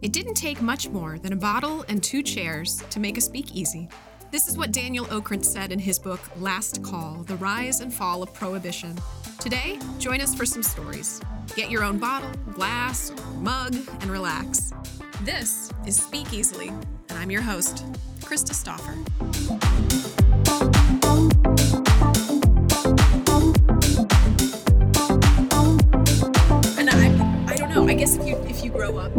It didn't take much more than a bottle and two chairs to make a speakeasy. This is what Daniel Okrent said in his book Last Call The Rise and Fall of Prohibition. Today, join us for some stories. Get your own bottle, glass, mug, and relax. This is Speak Easily, and I'm your host, Krista Stoffer. And I, I don't know. I guess if you if you grow up,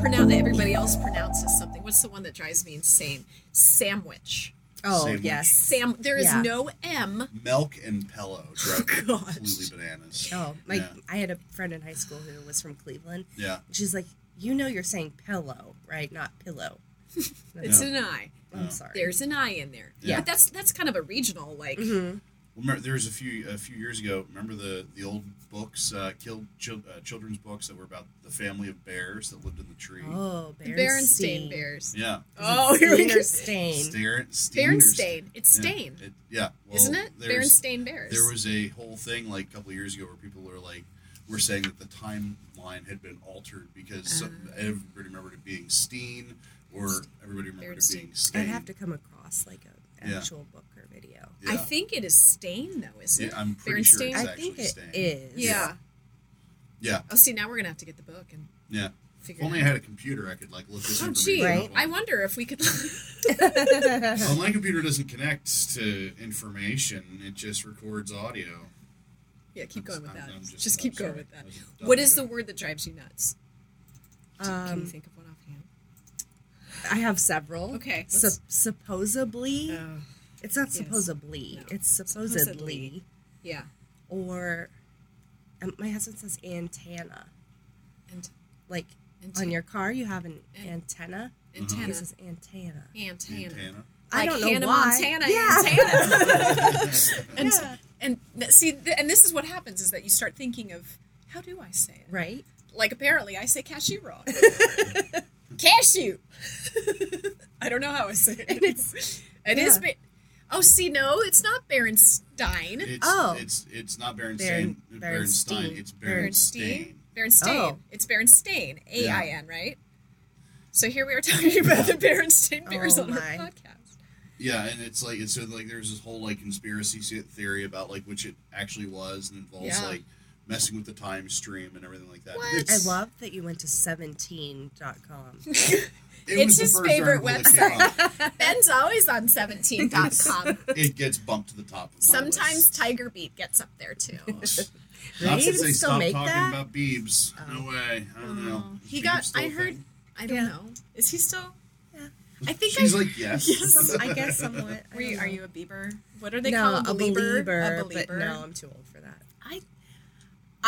pronounce everybody else pronounces something. What's the one that drives me insane? Sandwich. Oh Sandwich. yes. Sam. There is Yeah. no M. Milk and Pillow drove me gosh. completely bananas. Oh, my! Yeah. I had a friend in high school who was from Cleveland. Yeah. She's like, you know, you're saying pillow, right? Not pillow. And I It's was an I. like, Oh. I'm sorry. There's an I in there. Yeah. But that's that's kind of a regional like. Mhm. Remember, there was a few a few years ago. Remember the the old books, uh, killed chil- uh, children's books that were about the family of bears that lived in the tree. Oh, The Berenstain Berenstain Bears. Yeah, Oh, here we go. Berenstain. Stair- Steiner- Berenstain. It's Yeah, Stain, it- yeah. Well, isn't it? there's- Berenstain Bears. There was a whole thing like a couple of years ago where people were like, were saying that the timeline had been altered because some, Ah. everybody remembered it being Steen, or everybody remembered it Berenstain. being I'd Stain. have to come across like a Yeah. actual book or video. yeah. I think it is Stain though, isn't Yeah, it? I'm pretty sure Berenstain? It's I actually think it staying. is. yeah. yeah, Oh, see, now we're gonna have to get the book and yeah. If figure. only it I out. had a computer, I could like look this Oh, information gee, up. I wonder if we could. Well, my computer doesn't connect to information; it just records audio. yeah, keep going with I'm- that. I'm just, I'm keep going sorry. with that. I was dumb. What is the word that drives you nuts? Can you Um, think of one offhand? I have several. Okay, let's- Oh. Sup- supposedly, it's not yes. supposedly. No. It's Supposedly. supposedly, yeah, or um, my husband says antenna. and Like and on your car, you have an An- antenna. antenna, He says antenna. antenna. Montana? I Like don't know Hannah why. Montana, Yeah. antenna. and Yeah. and th- see, th- and this is what happens is that you start thinking of how do I say it? Right? Like apparently, I say cashew wrong. cashew. I don't know how I say it. And it's- It is yeah. Ba- oh, see, no, it's not Berenstein. It's, Oh. it's it's not Berenstain. Beren- Berenstein. Berenstein. It's Berenstein. Berenstain. Berenstain. Oh. It's Berenstain. A I N, right? So here we are talking about the Berenstain Bears Oh, on my. our podcast. Yeah, and it's like it's so like there's this whole like conspiracy se- theory about like which it actually was, and involves Yeah. like messing with the time stream and everything like that. What? I It's- love that you went to 17.com. it It's was the his first favorite article that came Ben's always on 17.com. up. it gets bumped to the top. Of my Sometimes list. Tiger Beat gets up there too. Not They since even they still stopped make talking that? about Beebs. No way. I don't know. Oh, Is he Biebs got. still I a heard. thing? I don't Yeah. know. Is he still? Yeah. I think She's I. like yes. Some- I guess somewhat. I were you, don't are know. you a Bieber? What are they no, called? a believer, A But belieber. no, I'm too old for that. I.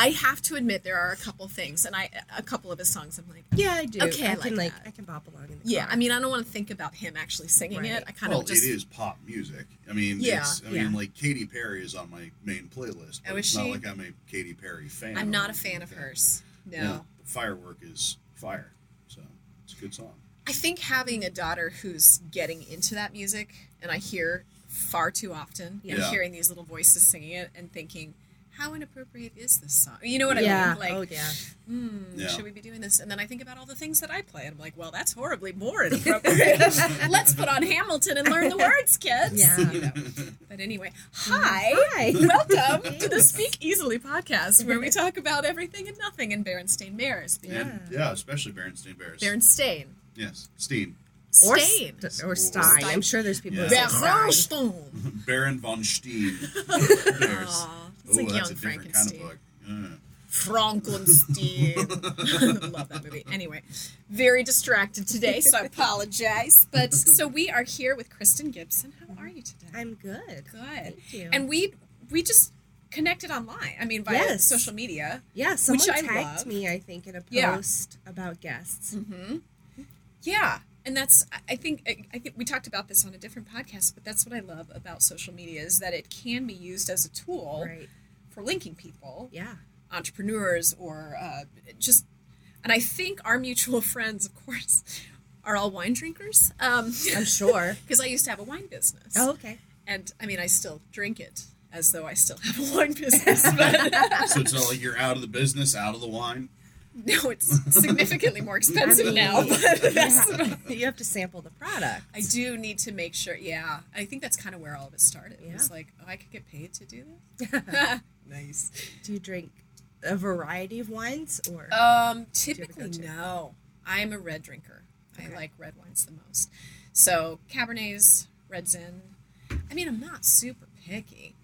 I have to admit there are a couple things, and I a couple of his songs. I'm like, Yeah, I do. Okay, I I can like like, that. I can bop along in the yeah. car. I mean, I don't want to think about him actually singing Right. it. I kind well, of just. it is pop music. I mean, Yeah, it's, I yeah. mean, like Katy Perry is on my main playlist. But Oh, is it's not she? like I'm a Katy Perry fan. I'm not or a fan of anything like hers. No. that. Yeah, but Firework is fire, so it's a good song. I think having a daughter who's getting into that music, and I hear far too often, Yeah. I'm Yeah. hearing these little voices singing it and thinking, how inappropriate is this song? You know what yeah. I mean? Like, oh yeah. hmm, Yeah. should we be doing this? And then I think about all the things that I play, and I'm like, well, that's horribly more inappropriate. Let's put on Hamilton and learn the words, kids. Yeah. You know. But anyway, hi. Hi. Welcome to the Speak Easily podcast, where we talk about everything and nothing in Berenstain Bears. And yeah, especially Berenstain Bears. Berenstain. yes, Steen. Or, Stain. st- or Stein. I'm sure there's people Yeah. who say Stein. Berenstain. Baron von Steen. Bears. Aw, Oh, it's like that's young a different kind of Frankenstein. book. Yeah. Frankenstein. Love that movie. Anyway, very distracted today, so I apologize. But so we are here with Kristen Gibson. How are you today? I'm good. good. Thank you. And we we just connected online. I mean, via Yes. social media. yeah, someone I tagged love. me, I think, in a Yeah. post about guests. Yeah. And that's I- I think I- I think we talked about this on a different podcast, but that's what I love about social media is that it can be used as a tool Right. for linking people. Yeah. entrepreneurs or uh, just and i think our mutual friends of course are all wine drinkers um I'm sure. because i used to have a wine business oh, okay. and i mean i still drink it as though i still have a wine business but So it's not like you're out of the business, out of the wine. No, it's significantly more expensive mean, now. But that's, you have to sample the product. I do need to make sure. Yeah, I think that's kind of where all of it started. It was Yeah. like, oh, I could get paid to do this. nice. Do you drink a variety of wines or Um, typically, go-to? no. I'm a red drinker. I Okay. like red wines the most. So Cabernets, Red Zin. I mean, I'm not super picky.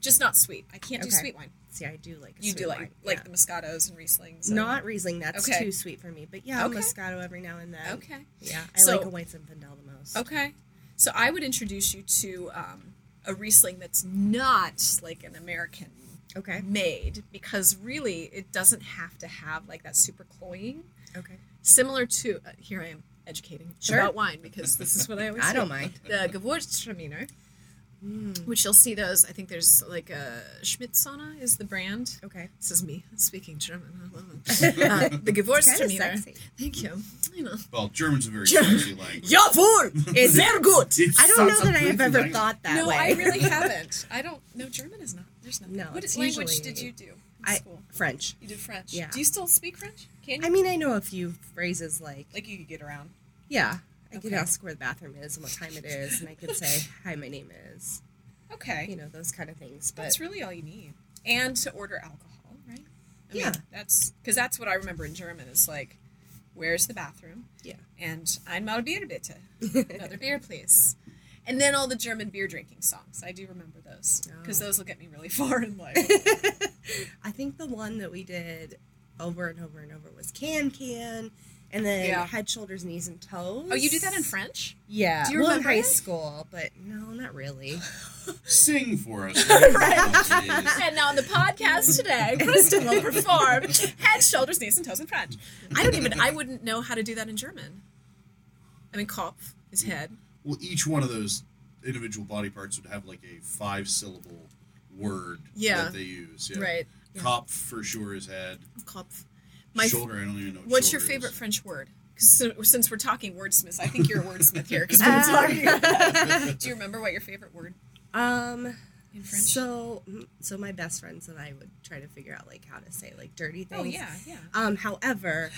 Just not sweet. I can't do Okay. sweet wine. see? I do like a You sweet do like wine, like yeah. the Moscatos and Rieslings. and- not Riesling. That's Okay. too sweet for me. But yeah, Okay. Moscato every now and then. okay. Yeah, I So- Oh. like a white Zinfandel the most. Okay. So I would introduce you to um, a Riesling that's not like an American Okay. made because really it doesn't have to have like that super cloying. Okay. Similar to, uh, here I am educating Sure. about wine because this is what I always I do. don't mind. Mm. The Gewurztraminer, which you'll see those, I think there's like a Schmidtsona is the brand. Oh, Okay. This is me speaking German. I love it. Uh, the Gewurztraminer. sexy. Thank you. I know. Well, German's a very sexy language. Jawohl! Is sehr gut! It's I don't know such a that I have pretty ever language. thought that no, way. I really haven't. I don't. No, German is not. There's nothing. No, What it's language usually- did you do in I, school? French. You did French. Yeah. Do you still speak French? Can you? I mean, I know a few phrases like, like you could get around. yeah, I could Okay. ask where the bathroom is and what time it is, and I could say, hi, my name is, Okay. you know, those kind of things. But that's really all you need. And to order alcohol, right? I Yeah. Mean, that's because that's what I remember in German is like, where's the bathroom? yeah, And einmal Bier bitte. Another beer, please. And then all the German beer drinking songs. I do remember those because Oh. those will get me really far in life. I think the one that we did over and over and over was Can Can, and then Yeah. Head, Shoulders, Knees, and Toes. oh, you did that in French? Yeah. Do you well, remember in high it? school, but no, not really. Sing for us. And now on the podcast today, Kristen will perform head, shoulders, knees, and toes in French. I don't even, I wouldn't know how to do that in German. I mean, Kopf is head. well, each one of those individual body parts would have like a five syllable word Yeah. that they use. Yeah. Right. Cop for sure is head. Kopf. My, f- shoulder, I don't even know. What what's your shoulder is. favorite French word? 'Cause si- since we're talking wordsmiths, I think you're a wordsmith here because Uh, we're talking. do you remember what your favorite word Um, in French? So, mm, so my best friends and I would try to figure out like how to say like dirty things. oh, yeah, yeah. Um, however,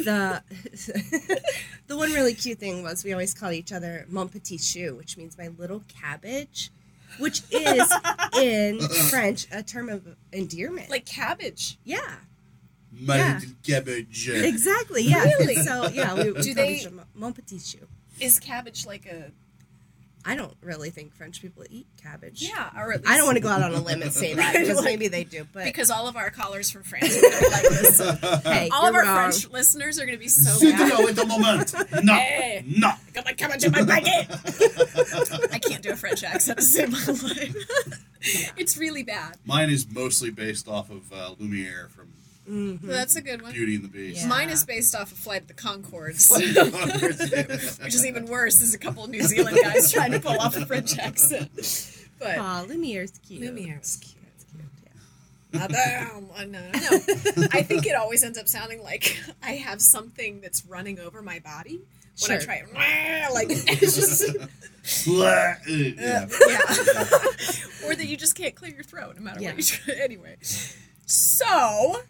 the the one really cute thing was we always called each other "mon petit chou," which means my little cabbage, which is in French a term of endearment. Like cabbage. yeah, My Yeah. cabbage. exactly. Yeah. Really? So yeah, we would Do call they- each other "Mon- "mon petit chou." Is cabbage like a, I don't really think French people eat cabbage. yeah, or at least. I don't want to go out on a limb and say that because maybe they do, but Because all of our callers from France are going to be like this. hey, All of you're our wrong. French listeners are going to be so Sit mad. down at the moment. No. Oh, Hey. No. Got my cabbage in my baguette. I can't do a French accent to save my life. it's really bad. Mine is mostly based off of uh, Lumiere from Mm-hmm. Well, that's a good one. Beauty and the Beast. Yeah. Mine is based off of Flight of the Concords, which is even worse. Is a couple of New Zealand guys trying to pull off a French accent, but Aw, Lumiere's cute. Lumiere's cute. That's cute. Yeah. Madame, I know. No, I think it always ends up sounding like I have something that's running over my body when I Sure. try it. Like it's just, Blah, uh, yeah. yeah. or that you just can't clear your throat no matter Yeah. what you try. Anyway, so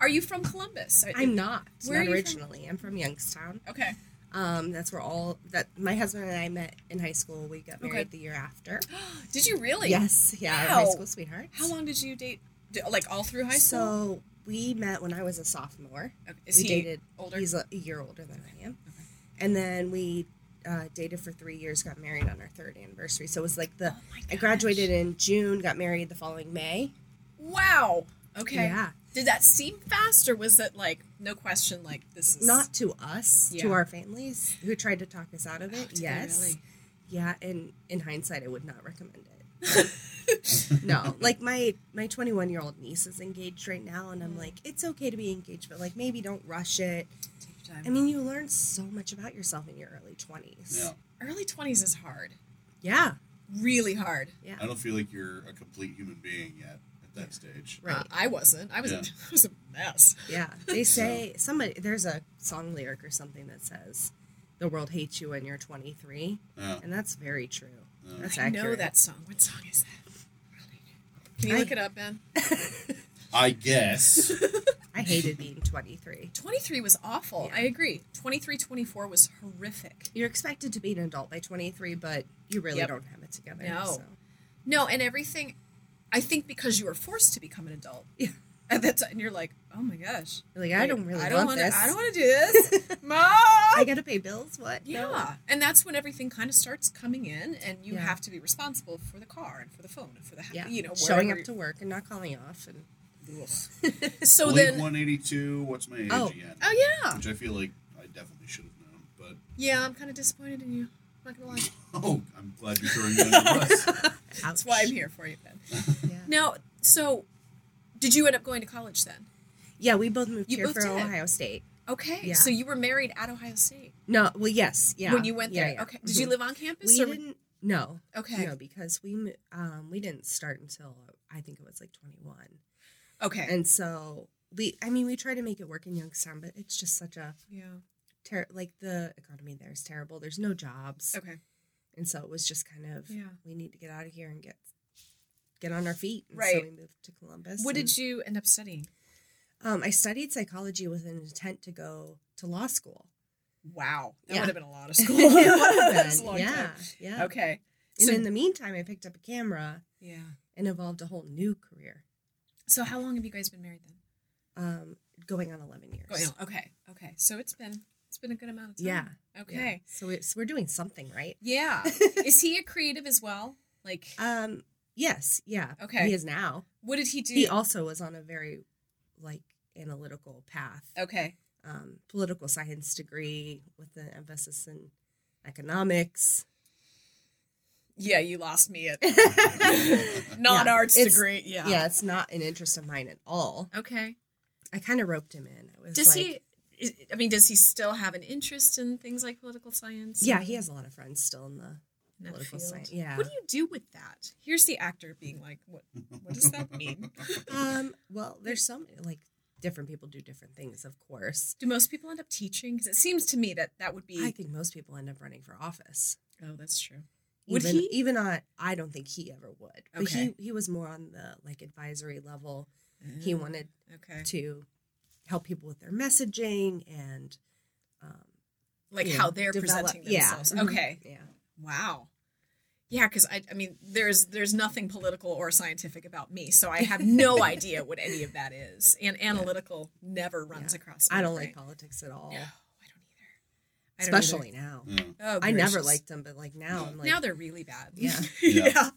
are you from Columbus? Are- I'm not. Where not are you from? originally. I'm from Youngstown. okay. Um, that's where all that my husband and I met in high school. We got married Okay. the year after. Did you really? yes, yeah, our high Wow. school sweethearts. How long did you date? d- Like all through high school? So we met when I was a sophomore. Okay, Is we he dated older? He's a, a year older than I am. And then we uh, dated for three years. Got married on our third anniversary. So it was like the Oh my I graduated in June. Got married the following May. Wow. Okay. Yeah. Did that seem fast, or was it like no question? Like this is Not to us, Yeah. to our families who tried to talk us out of it. did they yes. really? Yeah, and in hindsight I would not recommend it. no. Like my my 21-year-old niece is engaged right now and I'm like it's okay to be engaged but like maybe don't rush it. Take your time. I mean, you learn so much about yourself in your early 20s. Yeah. early twenties is hard, Yeah. really hard. Yeah. I don't feel like you're a complete human being yet at that stage. Right. Uh, I wasn't. I was. Yeah. I was a mess. Yeah. They say somebody there's a song lyric or something that says the world hates you when you're 23, Yeah. and that's very true. That's I accurate. know that song. What song is that? Can you I- look it up, Ben? I guess I hated being 23. 23 was awful. I agree. 23, 24 was horrific. You're expected to be an adult by 23, but you really Yep. don't have it together. No. so. No, and everything, I think because you were forced to become an adult Yeah. at that time, you're like, oh my gosh. You're like, I don't really I don't want wanna, this. I don't want to do this. Mom! I gotta pay bills. What? Yeah. No. And that's when everything kind of starts coming in and you Yeah. have to be responsible for the car and for the phone and for the house, Yeah. you know, showing wherever up to work and not calling off. And you- So Blink then 182. What's my age Oh. again? Oh yeah. Which I feel like I definitely should have known, but Yeah, I'm kind of disappointed in you. I'm not going to lie. oh, I'm glad you're throwing me under the bus. That's why I'm here for you then. Yeah. Now, so did you end up going to college then? yeah, we both moved You here both for did. Ohio State. Okay. Yeah. So you were married at Ohio State No, well, yes, yeah. when you went yeah, there. yeah. Okay. Did you Mhm. live on campus? We or- didn't. No, Okay. no, because we mo- um we didn't start until I think it was like 21, Okay. and so we. I mean, we try to make it work in Youngstown, but it's just such a yeah. ter- like the economy there is terrible. There's no jobs, Okay. and so it was just kind of Yeah. we need to get out of here and get get on our feet. And Right. So we moved to Columbus. What and- did you end up studying? Um, I studied psychology with an intent to go to law school. Wow. That Yeah. would have been a lot of It school. would've That's a been, long yeah, time. yeah. Okay. And So- in the meantime, I picked up a camera yeah. and evolved a whole new career. So how long have you guys been married then? um, going on 11 years. Going on. Okay. Okay. So it's been it's been a good amount of time. Yeah. Yeah. Okay. So, we so we're doing something, right? Yeah. Is he a creative as well? Like Um, yes. Yeah. Okay. He is now. what did he do? He also was on a very like analytical path, okay. um, political science degree with an emphasis in economics. Yeah, you lost me at Yeah, non-arts it's- degree. Yeah. Yeah. It's not an interest of mine at all. Okay. I kind of roped him in. I was Does like, he is, I mean, does he still have an interest in things like political science? yeah, and- he has a lot of friends still in the in that political field? science. Yeah. What do you do with that? Here's the actor being like, "What? What does that mean?" um, well, there's so many like different people do different things, of course. Do most people end up teaching? Because it seems to me that that would be. I think most people end up running for office. oh, that's true. Would even, he? Even on, I don't think he ever would. But Okay. he, he was more on the like advisory level. He Mm, wanted okay. to help people with their messaging and um, like you how know, they're develop- presenting yeah, themselves. mhm, Okay. Yeah. Wow. Yeah, because I, I mean, there's there's nothing political or scientific about me, so I have no idea what any of that is. And analytical never runs Yeah. across. My I don't brain. like politics at all, No, I don't either. I don't especially now. Yeah. either. Oh, I never gracious. liked them, but like now I'm like now they're really bad. Yeah. yeah. Yeah.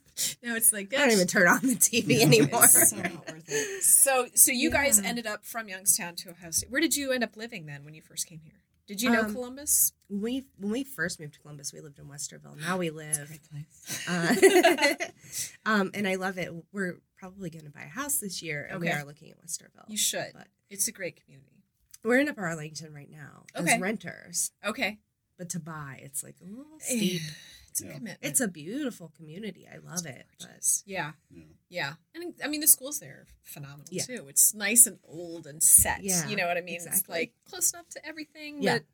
Now it's like I don't even turn on the TV anymore. It's so not worth it. So, so you guys Yeah. ended up from Youngstown to Ohio State. Where did you end up living then when you first came here? Did you know Um, Columbus? we when we first moved to Columbus, we lived in Westerville. Now we live place. Uh, um, and I love it. We're probably going to buy a house this year, and we Okay. are looking at Westerville. You should. But It's a great community. we're in Upper Arlington right now Okay. as renters, Okay. but to buy, it's like a little steep. It's a Yeah. commitment. it's a beautiful community. I love it. But yeah, Yeah. yeah, and I mean the schools there are phenomenal Yeah. too. It's nice and old and set. Yeah, you know what I mean. It's exactly. like close enough to everything, Yeah. but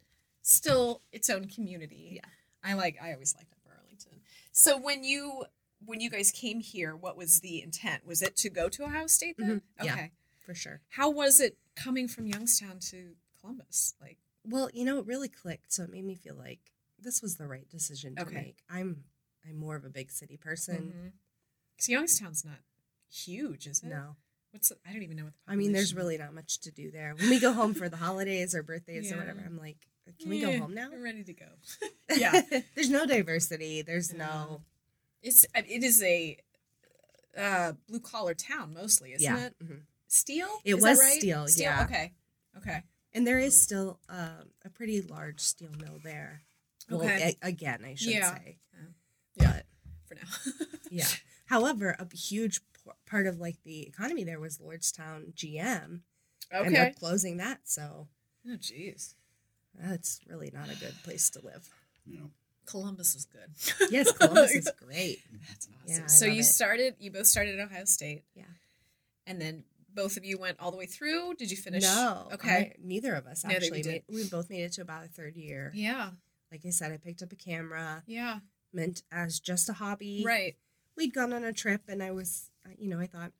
still its own community. Yeah. I like. I always liked Upper Arlington. So when you when you guys came here, what was the intent? Was it to go to Ohio State then? Mhm, yeah. Okay. for sure. How was it coming from Youngstown to Columbus? Like, Well, you know, it really clicked. So it made me feel like this was the right decision to Okay. make. I'm I'm more of a big city person. mhm. 'Cause Youngstown's not huge, is it? Mm-hmm. No, What's the, I don't even know what the I mean, there's population- really not much to do there. When we go home for the holidays or birthdays Yeah. or whatever, I'm like, can we go Yeah, home now? I'm ready to go. Yeah. Mm-hmm. there's no diversity. There's Yeah. no. It's I- it is a uh, blue collar town mostly, isn't it? Mhm. Steel. It Is that was right? Steel, yeah. Okay. Okay. And there is still um, a pretty large steel mill there. Well, Okay. a- again, I should Yeah. say. Yeah. For now. Yeah. However, a huge p- part of like the economy there was Lordstown GM, and they're okay. closing that. So Oh jeez. that's really not a good place to live. You know. Columbus is good. Yes, Columbus is great. That's awesome. Yeah, I so love you it. started. You both started at Ohio State. Yeah. And then both of you went all the way through. Did you finish? No, Okay. I- neither of us Neither of you actually. did. made, we both made it to about a third year. Yeah. Like I said, I picked up a camera Yeah. meant as just a hobby. Right. we'd gone on a trip and I was, you uh, know, I thought,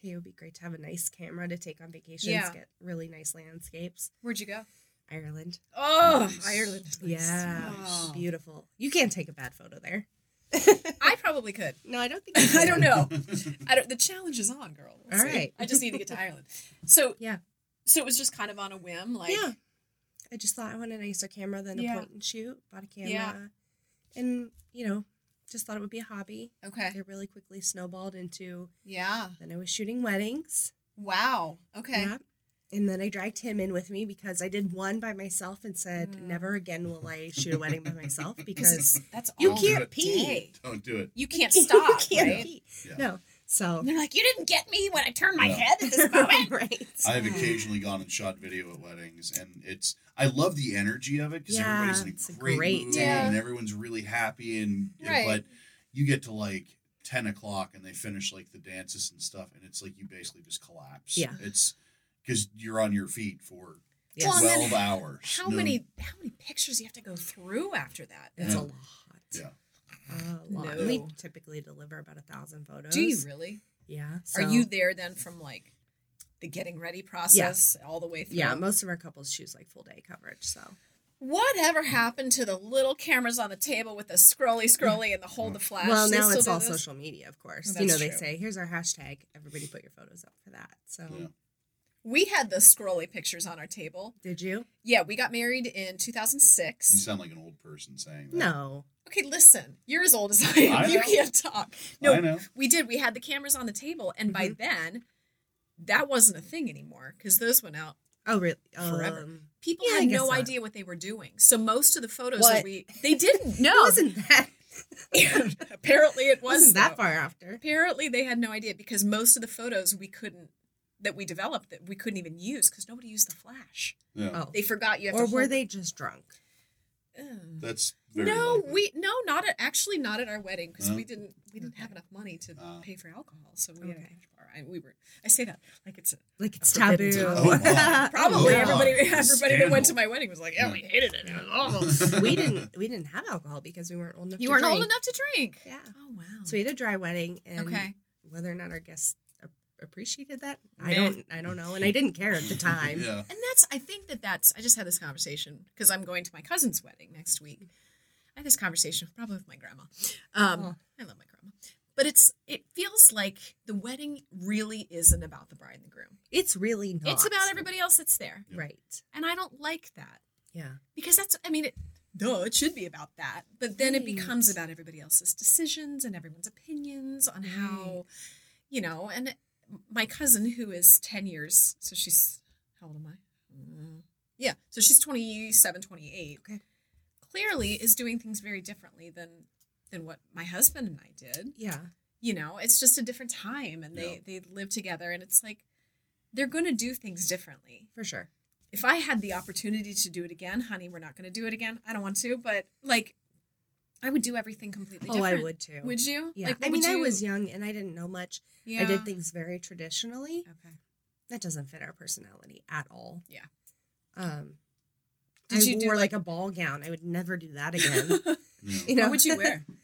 hey, it would be great to have a nice camera to take on vacations, Yeah. get really nice landscapes. Where'd you go? Ireland. Oh, Nice. Ireland. Yeah. Oh. Beautiful. You can't take a bad photo there. I probably could. No, I don't think you I can. don't know. I don't, the challenge is on, girl. All All right. right. I just need to get to Ireland. So Yeah. So it was just kind of on a whim, like yeah. I just thought I wanted a nicer camera than Yeah. a point and shoot. Bought a camera. Yeah. And, you know, just thought it would be a hobby. okay, It really quickly snowballed into yeah, then I was shooting weddings. wow, okay, Yeah. And then I dragged him in with me because I did one by myself and said, Mm. never again will I shoot a wedding by myself because because it's that's all you Don't do can't it. pee. Don't do it. You can't stop. you can't right? pee. Yeah. No. So, And They're like, you didn't get me when I turned my No. head at this moment. right. I have occasionally gone and shot video at weddings, and it's I love the energy of it because Yeah, everybody's it's in a great, great. mood Yeah. and everyone's really happy, and and- Right. but you get to like ten o'clock and they finish like the dances and stuff, and it's like you basically just collapse. Yeah. it's because you're on your feet for Yes. Well, and then twelve hours. How No- many how many pictures do you have to go through after that? It's Yeah. a lot. Yeah. A lot. No. We typically deliver about a thousand photos. Do you really? Yeah. Are so- you there then from like the getting ready process all the way through? Yeah, most of our couples choose like full day coverage. So Whatever happened to the little cameras on the table with the scrolly scrolly and the hold the flash? well, They now still it's do all this? social media, of course. Well, you know, that's they true. say here's our hashtag. Everybody put your photos up for that. So Yeah. We had the scrolly pictures on our table. did you? Yeah, we got married in You 2006. sound like an old person saying that. No. Okay, listen, you're as old as I am. I you know. can't talk. No, I know. we did. We had the cameras on the table, and by Mm-hmm. then, that wasn't a thing anymore because those went out. Oh really? Forever. Um, People Yeah, I had guess no not. idea what they were doing. So most of the photos that What? we they didn't know. it wasn't that Apparently, it was wasn't though. that far after? Apparently, they had no idea because most of the photos we couldn't that we developed that we couldn't even use because nobody used the flash. Yeah. Oh, They forgot you. Have or to were hold- they just drunk? Ugh. That's very No, likely. Uh-huh. we no, not at, actually not at our wedding because No? we didn't we didn't have Okay. enough money to Ah. pay for alcohol, so we had a Okay. hash bar. I, we were I say that like it's Like it's Forbidden taboo. topic. Oh, wow. probably Oh, wow. everybody It's a everybody that went to scandal. my wedding was like, yeah, Yeah. we hated it. It was awful. we didn't. We didn't have alcohol because we weren't old enough. you to weren't old drink. enough to drink. Yeah. Oh wow. So we had a dry wedding, and okay. whether or not our guests a- appreciated that, Meh. I don't. I don't know, and I didn't care at the time. Yeah. And that's I think that that's I just had this conversation because I'm going to my cousin's wedding next week. I had this conversation probably with my grandma. Um, I love my grandma, but it's it feels like the wedding really isn't about the bride and the groom. It's really not. It's about everybody else that's there. Right. And I don't like that Yeah. because that's, I mean, it, duh, it should be about that. But then it Right. becomes about everybody else's decisions and everyone's opinions on how, you know, and my cousin who is 10 years, so she's, how old am I? Mm, Yeah, so she's 27, 28. Okay. Clearly is doing things very differently than than what my husband and I did Yeah. you know it's just a different time and they they live together and it's like they're going to do things differently For sure. if i had the opportunity to do it again honey we're not going to do it again i don't want to but like i would do everything completely Oh, different I would too. would you yeah. like, what I mean, would I you- was young and I didn't know much. yeah I did things very traditionally. okay That doesn't fit our personality at all. Yeah. Um. Did I you do, wore like, a ball gown. I would never do that again. Yeah. you know what would you wear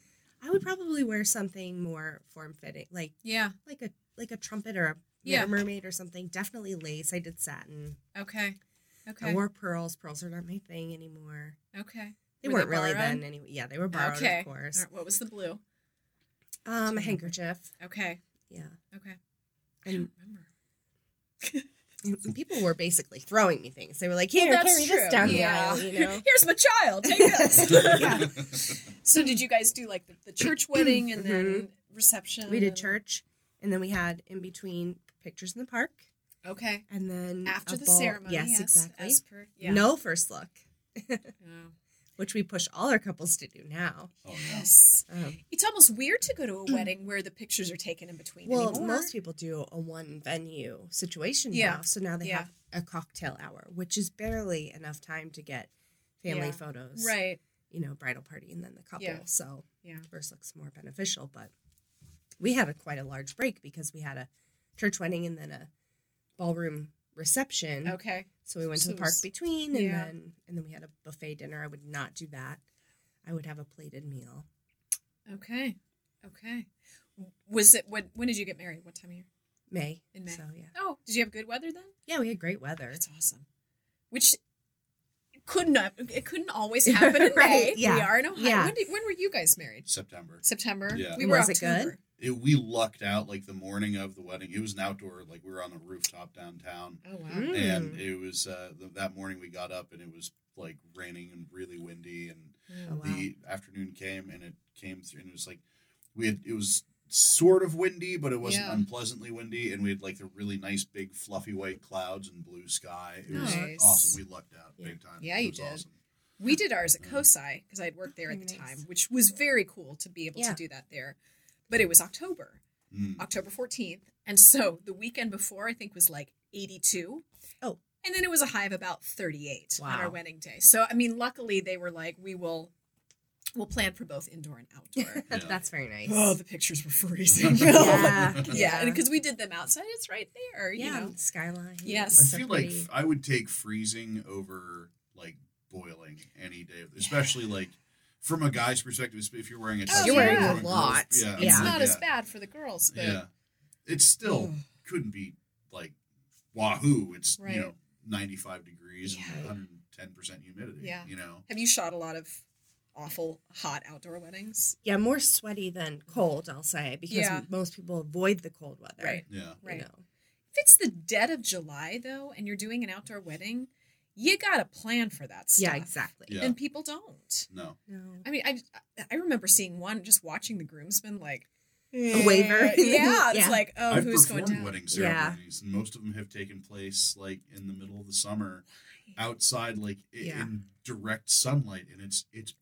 I would probably wear something more form fitting, like yeah like a like a trumpet or a Yeah. mermaid or something. Definitely lace. I did satin. okay I okay wore pearls. Pearls are not my thing anymore. okay They Were weren't really borrowed? then anyway. Yeah, they were borrowed, Okay. of course. Alright, what was the blue Um, Do a you remember? handkerchief. okay Yeah, okay i and, don't remember and people were basically throwing me things. They were like, Well, "Here, carry this down the aisle," you know. Here's my child. Take this. Yeah. So did you guys do like the, the church wedding and then reception? Mm-hmm. we did and- church, and then we had in between pictures in the park, Okay. and then After a the ball- ceremony. Yes, Yes, exactly. as per- yeah. No first look, Oh, which we push all our couples to do now. Oh, yeah. Yes. Um, It's almost weird to go to a wedding where the pictures are taken in between. Well, anymore. most people do a one venue situation Yeah. now. So now they Yeah. have a cocktail hour, which is barely enough time to get family Yeah. photos, Right. You know, bridal party and then the couple. Yeah. So Yeah. first looks more beneficial, but we had a quite a large break because we had a church wedding and then a ballroom reception. Okay. So we went So to it the park was- between, and yeah. then and then we had a buffet dinner. I would not do that. I would have a plated meal. Okay. Okay. Was it when when did you get married? What time of year? May. In May. So yeah, Oh, did you have good weather then? yeah, we had great weather. That's awesome. Which it couldn't have, it couldn't always happen in May. Right, yeah, We are in Ohio. yeah. When, did, when were you guys married? September. September. Yeah. We were Was it good? October. It, we lucked out like the morning of the wedding. It was an outdoor, like we were on the rooftop downtown, Oh wow. Mm. and it was uh, th- that morning we got up and it was like raining and really windy, and Oh, Mm. wow. the afternoon came and it came through and it was like we had it was sort of windy but it wasn't Yeah. unpleasantly windy and we had like the really nice big fluffy white clouds and blue sky it Nice. was awesome we lucked out big time Yeah, It you was did. awesome. We did ours at COSI because I had worked there at the Nice. time, which was very cool to be able Yeah. to do that there. But it was October, Mm. October 14th. And so the weekend before, I think, was like 82. Oh. And then it was a high of about 38 on our Wow. wedding day. So, I mean, luckily they were like, we will. We'll plan for both indoor and outdoor. Yeah. That's very nice. oh, the pictures were freezing. Yeah, yeah, because we did them outside. It's right there. You yeah, know? skyline. Yes. i It's so feel like pretty. f- i would take freezing over like boiling any day of- especially like from a guy's perspective esp- if you're wearing a Oh, you're wearing from a girl's- lots. yeah, It's Yeah. not yeah, as bad for the girls, but Mm. yeah it's still Mm. couldn't be like wahoo it's Right. you know 95 degrees Yeah. and 110% humidity Yeah. you know have you shot a lot of awful hot outdoor weddings? yeah, more sweaty than cold, I'll say, because Yeah. most people avoid the cold weather. Right. yeah you Right. know. If it's the dead of July though, and you're doing an outdoor wedding, you gotta plan for that stuff. Yeah, exactly. Yeah. And people don't. no No. I mean, I I remember seeing one just watching the groomsmen like A waiver. "Eh." Yeah, it's Yeah. like oh, i've who's going performed down? wedding Yeah. ceremonies and most of them have taken place like in the middle of the summer outside like i- Yeah. in direct sunlight and it's it's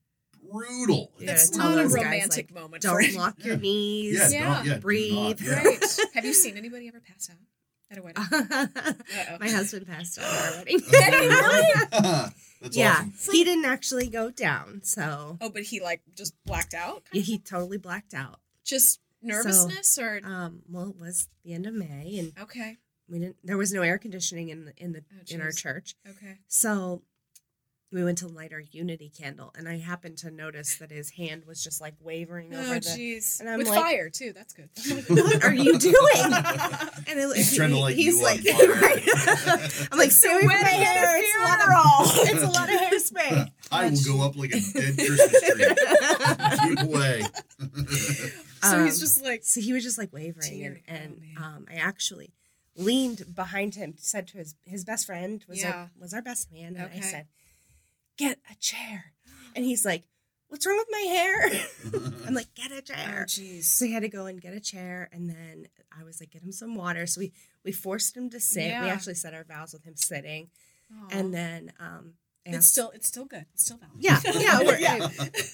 brutal Yeah, That's tell not a those guys, romantic like, moment. for Don't it. lock your Yeah. knees. yeah, Yeah. Don't, yeah do Breathe. not, yeah. Right. Have you seen anybody ever pass out at a wedding? Uh-oh. Uh, My husband passed out at our wedding. Oh, that's yeah, awesome he didn't actually go down, so Oh, but he like just blacked out. yeah, he totally blacked out. Just nervousness or Um, well, it was the end of May, and okay, we didn't. There was no air conditioning in the, in the Oh, in our jeez. church, okay. so we went to light our unity candle, and I happened to notice that his hand was just like wavering Oh, over the. jeez. and I'm With like- fire too. That's good. What are you doing? And it, He's trying to light he's you like, on fire. right? I'm like, stay away from my hair. It's a lot of It's a lot of hairspray. i will go up like a dead christmas tree keep away so he's Um, just like So he was just like wavering, Dear, and, and oh, man. um, I actually leaned behind him, said to his his best friend was Yeah. our, was our best man, and Okay. I said, "Get a chair," and he's like, "What's wrong with my hair?" I'm like, "Get a oh, chair." jeez. so he had to go and get a chair, and then I was like, "Get him some water." So we we forced him to sit. We Yeah. actually said our vows with him sitting, Aw. and then um, I it's asked- still it's still good. It's still valid. yeah, yeah, it worked. Yeah.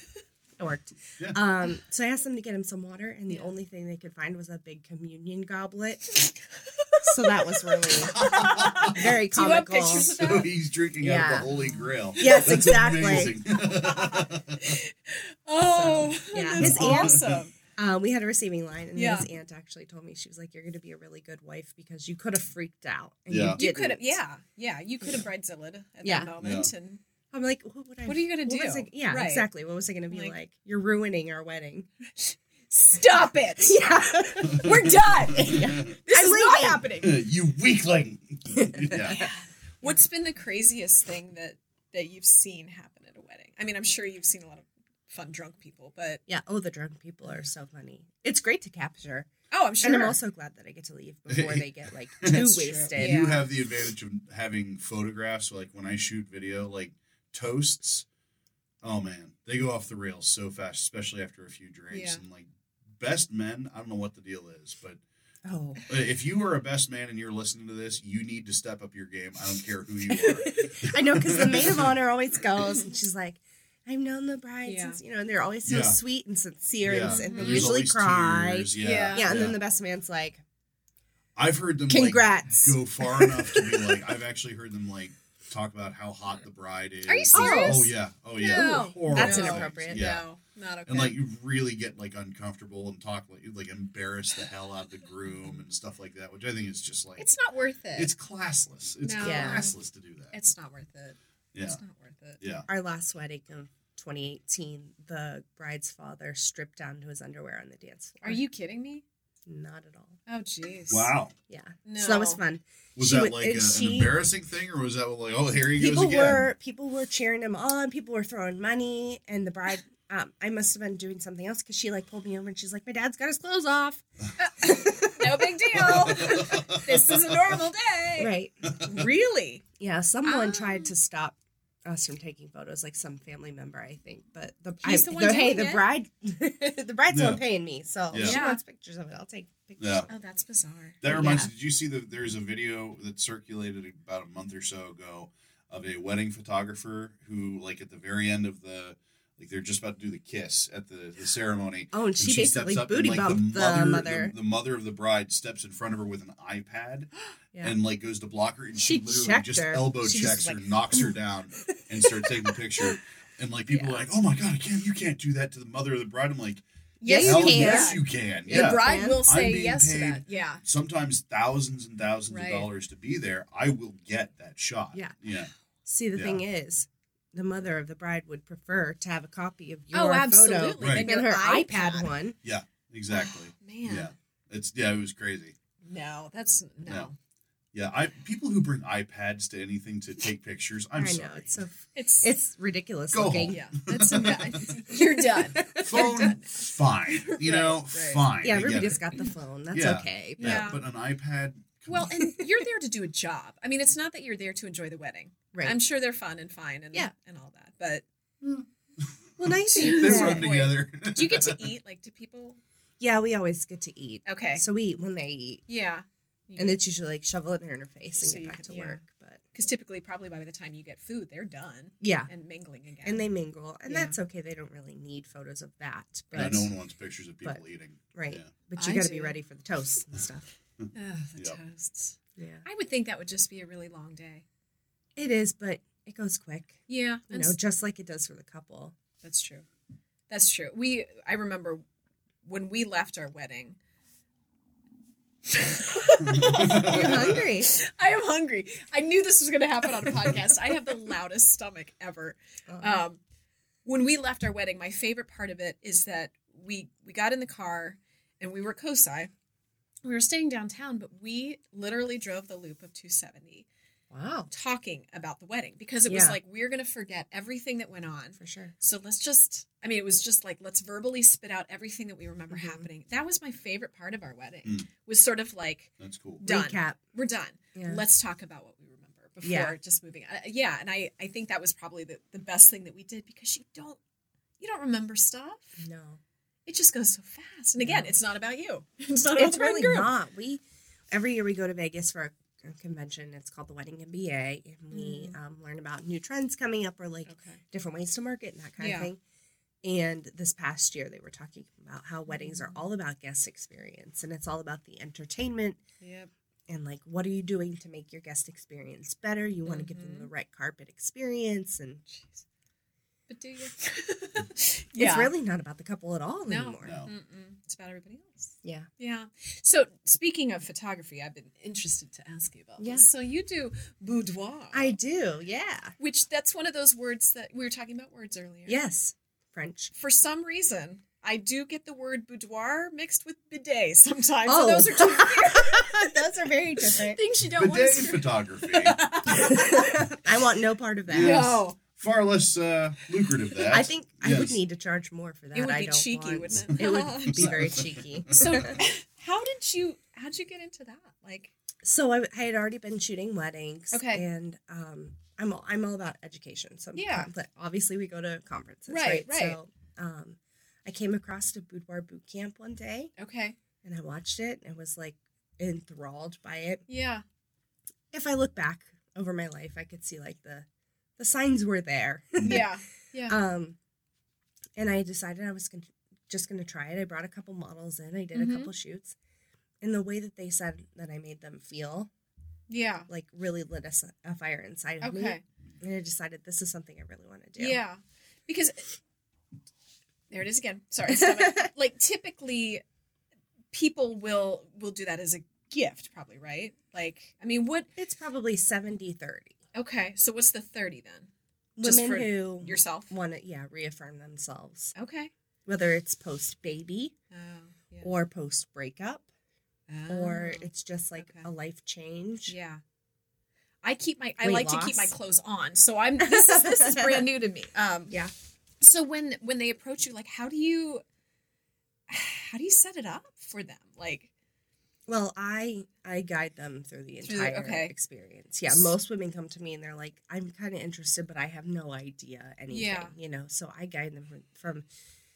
It worked. Yeah. Um, so I asked them to get him some water, and the Yeah. only thing they could find was a big communion goblet. so that was really very Do you have comical. pictures of so that? he's drinking out Yeah. of the holy grail Yes, That's exactly. amazing. Oh, yeah. that's His aunt- awesome. Um, we had a receiving line, and Yeah. his aunt actually told me she was like, "You're going to be a really good wife because you could have freaked out." And Yeah. You didn't." could have, yeah, yeah. You could have bridezilla at Yeah. that moment, and I'm like, "What would I? What are you gonna what do?" was I- yeah, Right. exactly. What was I going to be Like- like, You're ruining our wedding. stop it. Yeah, We're done. This I'm is not leaving. happening. Uh, you weakling yeah What's been the craziest thing that that you've seen happen at a wedding? I mean, I'm sure you've seen a lot of fun drunk people, but yeah. Oh, the drunk people are so funny. It's great to capture, oh, I'm sure. and I'm also glad that I get to leave before they get like too That's true. wasted. Yeah. you have the advantage of having photographs. Like when I shoot video, like toasts, oh man, they go off the rails so fast, especially after a few drinks. Yeah. And like best men, I don't know what the deal is, but uh, Oh, if you are a best man and you're listening to this, you need to step up your game. I don't care who you are. I know because the maid of honor always goes and she's like, I've known the bride Yeah. since, you know, and they're always so Yeah. sweet and sincere and, Yeah. and they Mhm. There's usually always cry. tears, Yeah, Yeah. Yeah, and then the best man's like, I've heard them Congrats. like go far enough to be like. I've actually heard them like talk about how hot the bride is. Are you serious? Oh yeah. Oh yeah. No. Horrible That's things. inappropriate. Yeah. No, not okay. and like you really get like uncomfortable and talk like you like embarrass the hell out of the groom and stuff like that, which I think is just like it's not worth it. it's classless. It's No. Yeah. classless to do that. It's not worth it. yeah, It's not worth it. yeah. our last wedding of 2018, the bride's father stripped down to his underwear on the dance floor. Are you kidding me? Not at all. Oh, jeez. Wow. Yeah. So that was No. fun. Was She that would- like and a, an she- embarrassing thing, or was that like, oh, here he people goes again? were people were cheering him on. People were throwing money, and the bride. Um, I must have been doing something else because she like pulled me over and she's like, "My dad's got his clothes off." No big deal. this is a normal day. Right. Really? Yeah. Someone Ah. tried to stop us from taking photos, like some family member, I think. But the, He's I- the one hey, doing the it? bride, the bride's the Yeah. one paying me, so if she Yeah. wants pictures of it. I'll take pictures. Yeah. of it. Oh, that's bizarre. That reminds Yeah. me, did you see that there's a video that circulated about a month or so ago of a wedding photographer who, like, at the very end of the, like, they're just about to do the kiss at the, the ceremony. Oh, and she, basically booty bumped the mother. The, the mother of the bride steps in front of her with an iPad Yeah. and, like, goes to block her. And she, She literally checked just her. elbow She checks just, her, like, knocks her down, and starts taking a picture. And, like, people are like, oh my God, I can't, you can't do that to the mother of the bride. I'm like, Yes, hell you can. yes, you can. The Yeah. bride Yeah. will I'm say being yes to paid that. Yeah. sometimes thousands and thousands Right. of dollars to be there, I will get that shot. Yeah. Yeah. See, the Yeah. thing is, the mother of the bride would prefer to have a copy of your Oh, photo absolutely. Right. than Than her your iPad, iPad. one. Exactly. Man. Yeah. It's yeah, it was crazy. No, that's no. No. Yeah, I people who bring iPads to anything to take pictures, I'm I sorry. know it's so It's it's ridiculous Go looking. home. yeah. That's you're done. Phone, fine. You know, right. fine. Yeah, I get everybody's it. got the phone. That's Yeah. okay. Yeah. Yeah. but an iPad. come Well, on. and you're there to do a job. I mean, it's not that you're there to enjoy the wedding. Right. I'm sure they're fun and fine and Yeah. and all that. But well, nice. they Yeah. run together. do you get to eat? Like, do people? Yeah, we always get to eat. Okay. So we eat when they eat, yeah. and it's usually like shovel it in her face and So get you back can- to yeah. work. But because typically, probably by the time you get food, they're done yeah, and mingling again. and they mingle, and Yeah. that's okay. They don't really need photos of that. But no, no one wants pictures of people But- eating. right, Yeah. but you I got to be do. ready for the toasts and stuff. Ugh, the Yep. toasts. Yeah, I would think that would just be a really long day. it is, but it goes quick. Yeah, You and know, just like it does for the couple. That's true. That's true. We I remember when we left our wedding. You're hungry. I am hungry. I knew this was going to happen on the podcast. I have the loudest stomach ever. Oh, Um, when we left our wedding, my favorite part of it is that we we got in the car and we were Kosai. We were staying downtown, but we literally drove the loop of 270 wow, talking about the wedding because it was Yeah. like we're going to forget everything that went on for sure. So let's just, I mean, it was just like, let's verbally spit out everything that we remember Mhm. happening. That was my favorite part of our wedding, Mm. was sort of like, That's cool. Done. Recap. we're done. Yeah. Let's talk about what we remember before Yeah. just moving. Uh, yeah. And I, I think that was probably the, the best thing that we did because you don't, you don't remember stuff. no. It just goes so fast. And again, Mm-hmm. Yeah. it's not about you. It's not about it's the bride and really groom. not. We every year we go to Vegas for a, a convention. It's called the Wedding MBA, and we Mm. um, learn about new trends coming up or like Okay. different ways to market and that kind Yeah. of thing. And this past year, they were talking about how weddings Mm. are all about guest experience, and it's all about the entertainment Yep. and like what are you doing to make your guest experience better? You want to give them Mhm. the right carpet experience, and Jeez. But do you? yeah. it's really not about the couple at all No. anymore. No. Mm-mm. It's about everybody else. Yeah, Yeah. So speaking of photography, I've been interested to ask you about Yeah. this. So you do boudoir. I do. Yeah, which that's one of those words that we were talking about words earlier. yes, French. For some reason, I do get the word boudoir mixed with bidet sometimes. Oh. So those are two Those are very different. things you don't Bidet want to photography. I want no part of that. Yeah. No. Far less uh, lucrative that. I think I would Yes. need to charge more for that. would I be don't cheeky, want- wouldn't it? it would be very cheeky. So how did you how'd you get into that? Like So I, I had already been shooting weddings. Okay. And um, I'm all, I'm all about education. So I'm Yeah. But obviously we go to conferences, Right, right? right. So um, I came across a boudoir boot camp one day, okay. and I watched it, and was like enthralled by it. Yeah. If I look back over my life, I could see like the the signs were there. Yeah. Yeah. Um, and I decided I was gonna, just going to try it. I brought a couple models in. I did Mhm. a couple shoots, and the way that they said that I made them feel Yeah. like really lit a, s- a fire inside of Okay. me. And I decided this is something I really want to do. Yeah. Because there it is again. Sorry, stomach. like typically people will will do that as a gift probably, right? Like I mean, what It's probably 70 30. Okay, so what's the 30 then? Just Women for who Yourself? want to yeah, reaffirm themselves, Okay. whether it's post baby Oh, yeah. or post breakup or Oh. it's just like Okay. a life change. yeah. I keep my I Weight like to keep my loss. clothes on, so I'm this is this is brand new to me. Um, Yeah. so when when they approach you, like how do you how do you set it up for them? Like Well, I I guide them through the Through the- entire okay. experience. Yeah, most women come to me and they're like, "I'm kind of interested, but I have no idea anything." Yeah. You know, so I guide them from, from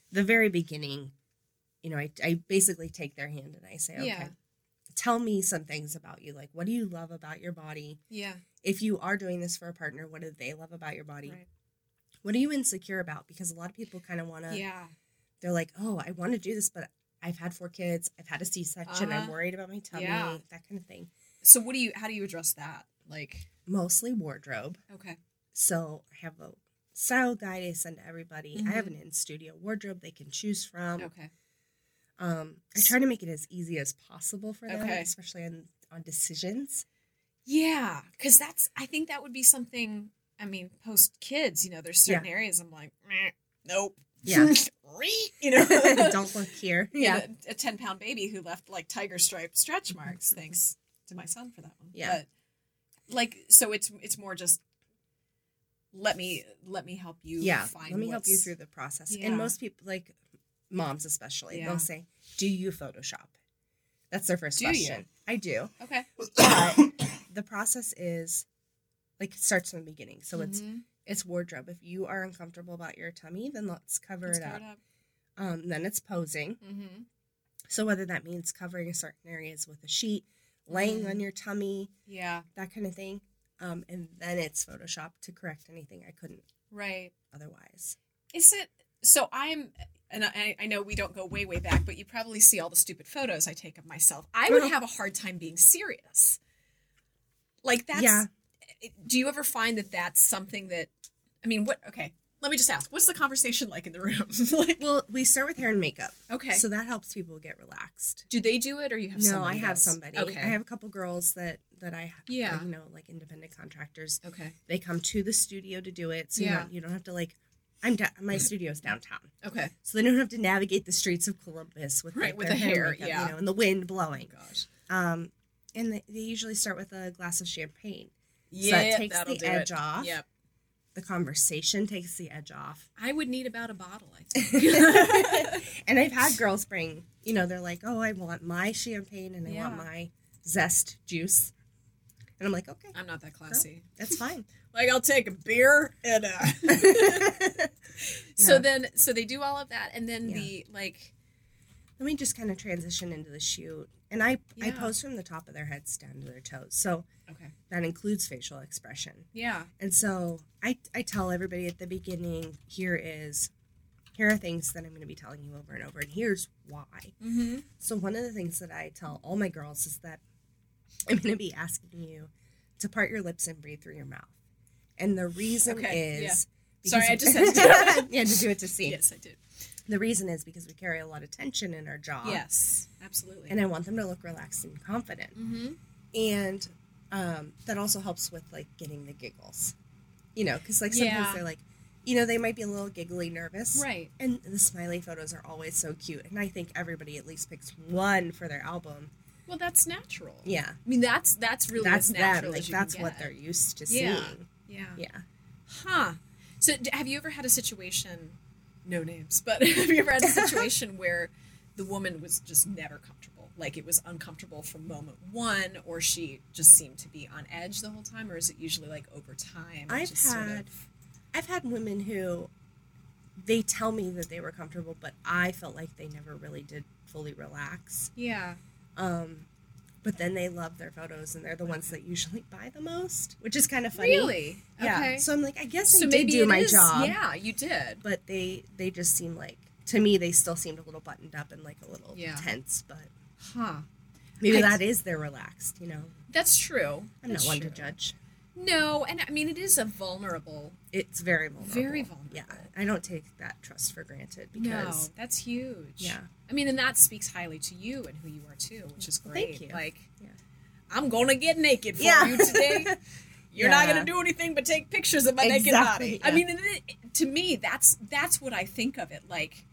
the very beginning. You know, I I basically take their hand and I say, "Okay, Yeah. tell me some things about you. Like, what do you love about your body? yeah, If you are doing this for a partner, what do they love about your body? Right. What are you insecure about? Because a lot of people kind of want to." yeah, they're like, oh, I want to do this, but I've had four kids, I've had a C section, I'm Uh-huh. worried about my tummy, Yeah. that kind of thing. So what do you how do you address that? Like Mostly wardrobe. okay, So I have a style guide I send to everybody. I have an in studio wardrobe they can choose from. Mm-hmm. okay, Um, I try to make it as easy as possible for them, Okay. especially on, on decisions. yeah, because that's I think that would be something. I mean, post kids, you know, there's certain areas I'm like, "Meh, nope, Yeah. you know, Don't look here. yeah, a ten pound baby who left like tiger stripe stretch marks. Thanks to my son for that one. Yeah. but, like so it's it's more just let me let me help you. yeah find let me help you what's- through the process Yeah. and most people like moms especially Yeah. they'll say do you photoshop that's their first Do you? question i do Okay, but the process is like it starts from the beginning so it's Mhm. it's wardrobe if you are uncomfortable about your tummy then let's cover Let's it cover up um, then it's posing Mhm. so whether that means covering certain areas with a sheet laying Mm. on your tummy Yeah, that kind of thing um, and then it's photoshop to correct anything i couldn't right. otherwise Is it so? I'm, and I, I know we don't go way, way back, but you probably see all the stupid photos I take of myself. I would Uh-huh. have a hard time being serious. Like that's. Yeah. Do you ever find that that's something that? I mean, what? Okay, let me just ask. What's the conversation like in the room? like, well we start with hair and makeup okay. So that helps people get relaxed. do they do it, or you have? No, I somebody have else? somebody. Okay. I have a couple girls that that I Yeah. like, you know, like independent contractors. Okay. They come to the studio to do it, so Yeah. you, don't, you don't have to like. I'm da- my studio's downtown, Okay. so they don't have to navigate the streets of Columbus with Right, like, with their the hair, hair, makeup, yeah. you know, and the wind blowing. Gosh. Um, and they, they usually start with a glass of champagne. So Yeah, that takes that'll the do edge it. off. Yep. The conversation takes the edge off. I would need about a bottle. I think. And I've had girls bring, you know, they're like, "Oh, I want my champagne and I Yeah. want my zest juice," and I'm like, "Okay, I'm not that classy. that's fine." Like I'll take a beer and a. So Yeah. then, so they do all of that, and then the like, Let me just kind of transition into the shoot, and I I Yeah. pose from the top of their heads down to their toes, so okay, that includes facial expression. yeah, And so I I tell everybody at the beginning, here is. Here are things that I'm going to be telling you over and over, and here's why. mm-hmm. So one of the things that I tell all my girls is that I'm going to be asking you to part your lips and breathe through your mouth. And the reason Okay, yeah. is Sorry, I because- just had to yeah, to do it to see. yes, I did, The reason is because we carry a lot of tension in our jaw. yes, absolutely, And I want them to look relaxed and confident. mm-hmm. And um, that also helps with like getting the giggles. You know, because like sometimes Yeah. they're like, you know, they might be a little giggly nervous. right, And the smiley photos are always so cute. And I think everybody at least picks one for their album. well, that's natural, Yeah. I mean, that's that's really that's as natural them. Like as you can that's what get. they're used to Yeah. seeing. yeah, Yeah. huh? So d- have you ever had a situation, no names, but have you ever had a situation where the woman was just never comfortable, like it was uncomfortable from moment one, or she just seemed to be on edge the whole time, or is it usually like over time? it I've just sort of- had I've had women who they tell me that they were comfortable, but I felt like they never really did fully relax. yeah. Um, but then they love their photos and they're the ones that usually buy the most, which is kind of funny. Really? Yeah. Okay. So I'm like, I guess I So did maybe do it my is- job. Yeah, you did. But they they just seem like to me they still seemed a little buttoned up and like a little Yeah. tense, but Huh. maybe I- that is their relaxed, you know. That's true. I'm That's not one true. to judge. No, and I mean it is a vulnerable. It's very vulnerable. Very vulnerable. Yeah, I don't take that trust for granted No, because that's huge. Yeah. I mean, and that speaks highly to you and who you are too, which is Well, great. thank you. Like, Yeah. I'm gonna get naked for Yeah. you today. You're not Yeah. gonna do anything but take pictures of my naked body. Exactly, I yeah. mean, and it, to me, that's that's what I think of it like,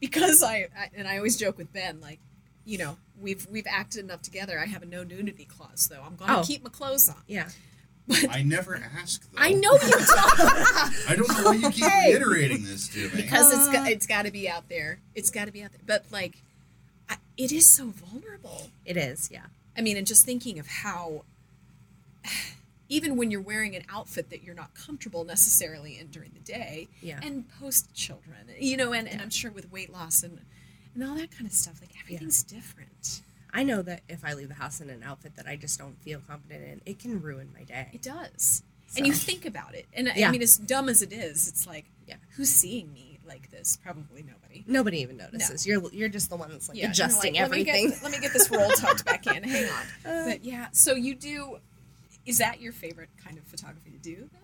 because I, I and I always joke with Ben like, you know, we've we've acted enough together. I have a no nudity clause though. I'm gonna Oh. keep my clothes on. Yeah. I never ask though. I know you don't I don't know why you keep Okay. reiterating this to me. because it's go- it's got to be out there. It's got to be out there. But like, I, it is so vulnerable. It is, yeah. I mean, and just thinking of how, even when you're wearing an outfit that you're not comfortable necessarily in during the day, Yeah. and post children, you know, and, and I'm sure with weight loss and and all that kind of stuff, like everything's different. I know that if I leave the house in an outfit that I just don't feel confident in, it can ruin my day. It does, and you think about it, and I- I Yeah. mean, as dumb as it is, it's like, Yeah. who's seeing me like this? Probably nobody. Nobody even notices. You're you're just the one that's like Yeah, and you're adjusting like, everything. Uh. Let me, get, let me get this roll tucked back in. Hang on. but yeah, so you do. Is that your favorite kind of photography to do? Though?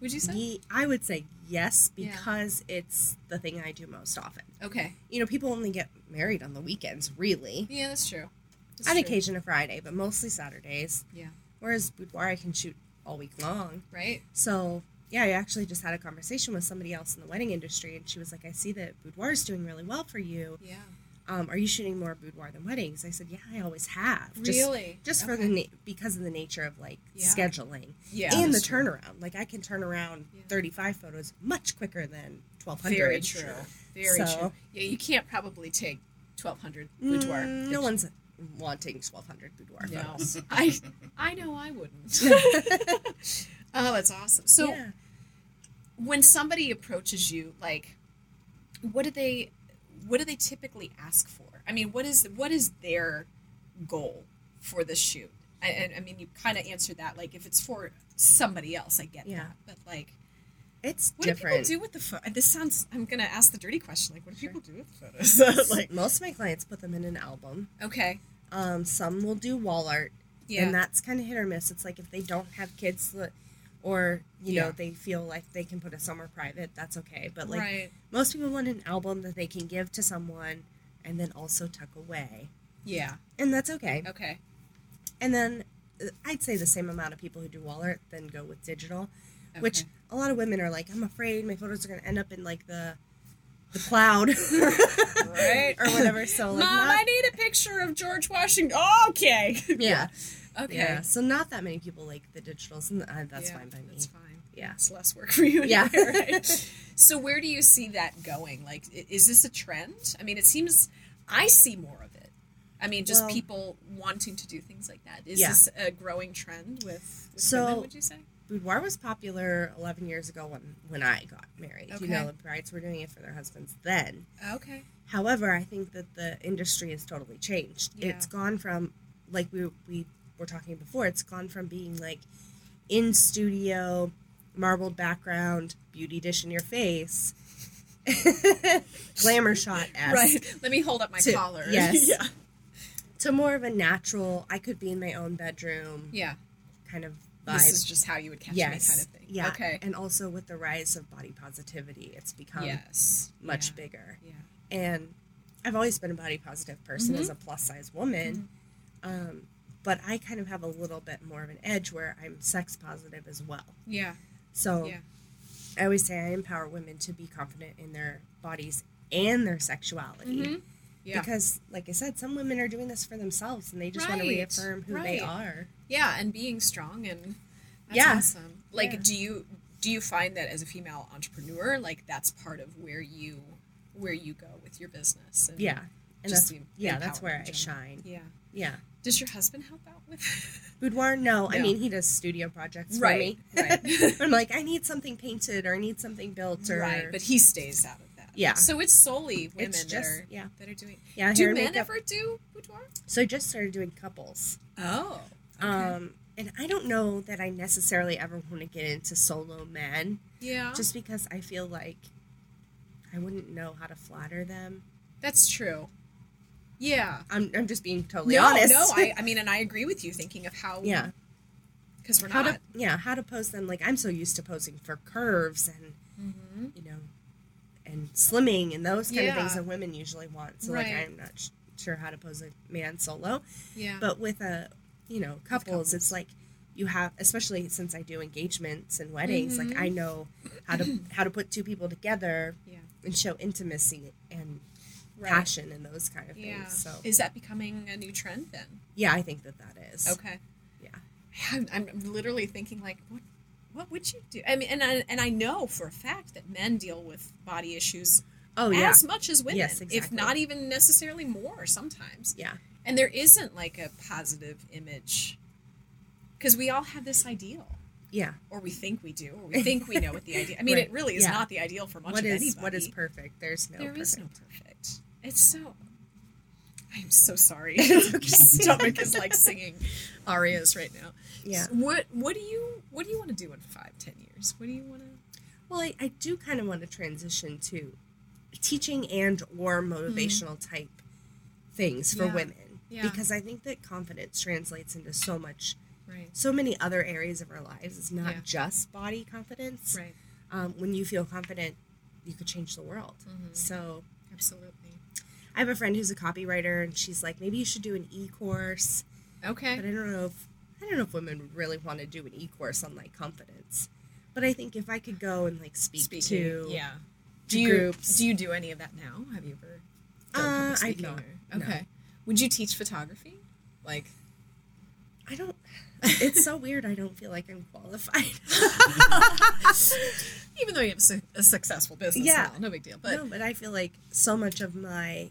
Would you say? Ye- I would say yes Yeah. because it's the thing I do most often. Okay. You know, people only get married on the weekends, really. Yeah, that's true. That's on true. occasion a Friday, but mostly Saturdays. Yeah. Whereas boudoir, I can shoot all week long. Right. So yeah, I actually just had a conversation with somebody else in the wedding industry, and she was like, "I see that boudoir is doing really well for you. Yeah. Um, are you shooting more boudoir than weddings?" I said, "Yeah, I always have. Just, Really? Just for the na- because of the nature of like Yeah. scheduling Yeah. and the That's true. turnaround. Like I can turn around Yeah. 35 photos much quicker than 1200. Very true. Very So- true. Yeah, you can't probably take twelve hundred boudoir. Boudoir. Mm, No one's wanting 1200 boudoir No. photos. I I know I wouldn't. oh, that's awesome. So Yeah. when somebody approaches you like what do they what do they typically ask for i mean what is what is their goal for the shoot I- and i mean you kind of answered that like if it's for somebody else i get Yeah. that but like it's what different. do people do with the photo this sounds i'm gonna ask the dirty question like what do people do with photos like Most of my clients put them in an album. okay Um, some will do wall art, yeah and that's kind of hit or miss. It's like if they don't have kids, li- or you Yeah. know they feel like they can put a summer private, that's okay. But like right most people want an album that they can give to someone and then also tuck away, yeah and that's okay. okay And then uh, I'd say the same amount of people who do wall art then go with digital, which Okay. a lot of women are like, I'm afraid my photos are going to end up in like the the cloud right or whatever. So mom like, i not, need a picture of george washington okay yeah. okay Yeah, so not that many people like the digitals, and uh, that's Yeah, fine by me. that's fine Yeah. it's less work for you. Yeah. anyway, right? so where do you see that going? Like, i- is this a trend? I mean, it seems I see more of it. I mean, just Well- people wanting to do things like that. Is Yeah. this a growing trend with, with So- women? Would you say? Boudoir was popular 11 years ago when, when I got married. Okay. You know, the brides were doing it for their husbands then. Okay. However, I think that the industry has totally changed. Yeah. It's gone from, like we, we were talking before, it's gone from being like in studio, marbled background, beauty dish in your face, glamour shot esque, Right. Let me hold up my To- collar. yes. yeah. to more of a natural, I could be in my own bedroom Yeah. kind of vibe. This is just how you would catch me, kind of thing. Yeah. Okay. And also with the rise of body positivity, it's become yes. Um, much yeah. bigger. Yeah. And I've always been a body positive person Mm-hmm. as a plus size woman. Um, but I kind of have a little bit more of an edge where I'm sex positive as well. Yeah. So Yeah. I always say I empower women to be confident in their bodies and their sexuality. Mhm. Yeah. Because, like I said, some women are doing this for themselves and they just want to Right, reaffirm who they right. are. Yeah, and being strong and that's Yeah. awesome. Like Yeah. do you do you find that as a female entrepreneur, like that's part of where you where you go with your business? And Yeah. And Just that's, the yeah, that's empowerment where I in general. shine. Yeah. Yeah. Does your husband help out with Boudoir? No, I No. mean he does studio projects Right. for me. Right. I'm like, I need something painted or I need something built or Right. But he stays out of that. Yeah. So it's solely women it's that just are yeah, that are doing yeah. hair Do and men makeup. ever do boudoir? So I just started doing couples. Oh. Okay. Um, and I don't know that I necessarily ever want to get into solo men, yeah. just because I feel like I wouldn't know how to flatter them. that's true. Yeah. I'm, I'm just being totally no, honest. no, I, I mean, and I agree with you thinking of how, yeah, because we're how not. to yeah how to pose them. Like I'm so used to posing for curves and Mhm. you know, and slimming and those kind of Yeah. things that women usually want. So like, Right. I'm not sh- sure how to pose a man solo, Yeah. but with a, you know, couples, couples. it's like you have, especially since I do engagements and weddings, Mhm. like I know how to how to put two people together Yeah. and show intimacy and Right. passion and those kind of Yeah. things. So Is that becoming a new trend then? yeah, I think that that is. Okay. Yeah. I'm, I'm literally thinking like, what, what would you do? I mean, and I, and I know for a fact that men deal with body issues Oh yeah. as much as women, Yes, if exactly. not even necessarily more sometimes. Yeah. And there isn't like a positive image because we all have this ideal, Yeah. or we think we do, or we think we know what the ideal. I mean, Right. it really is Yeah. not the ideal for much What of is anybody. what is perfect? There's no There Oh, perfect. is no perfect. It's so. I'm so sorry. My stomach is like singing arias right now. Yeah. So what What do you What do you want to do in five, ten years? What do you want to? Well, I, I do kind of want to transition to teaching and or motivational type things for Mm-hmm. Yeah. women Yeah. because I think that confidence translates into so much Right. so many other areas of our lives. It's not Yeah. just body confidence. Right. Um, when you feel confident, you could change the world. Mm-hmm. So Absolutely. I have a friend who's a copywriter, and she's like, maybe you should do an e course, Okay. but I don't know if I don't know if women would really want to do an e course on like confidence. But I think if I could go and like speak to yeah. to Do you groups. Do you do any of that now? Have you ever? done Uh, public I've speaking not, or- no. Okay. Would you teach photography? Like. I don't. It's so weird. I don't feel like I'm qualified. Even though you have a, su- a successful business Yeah. now, no big deal. But no, but I feel like so much of my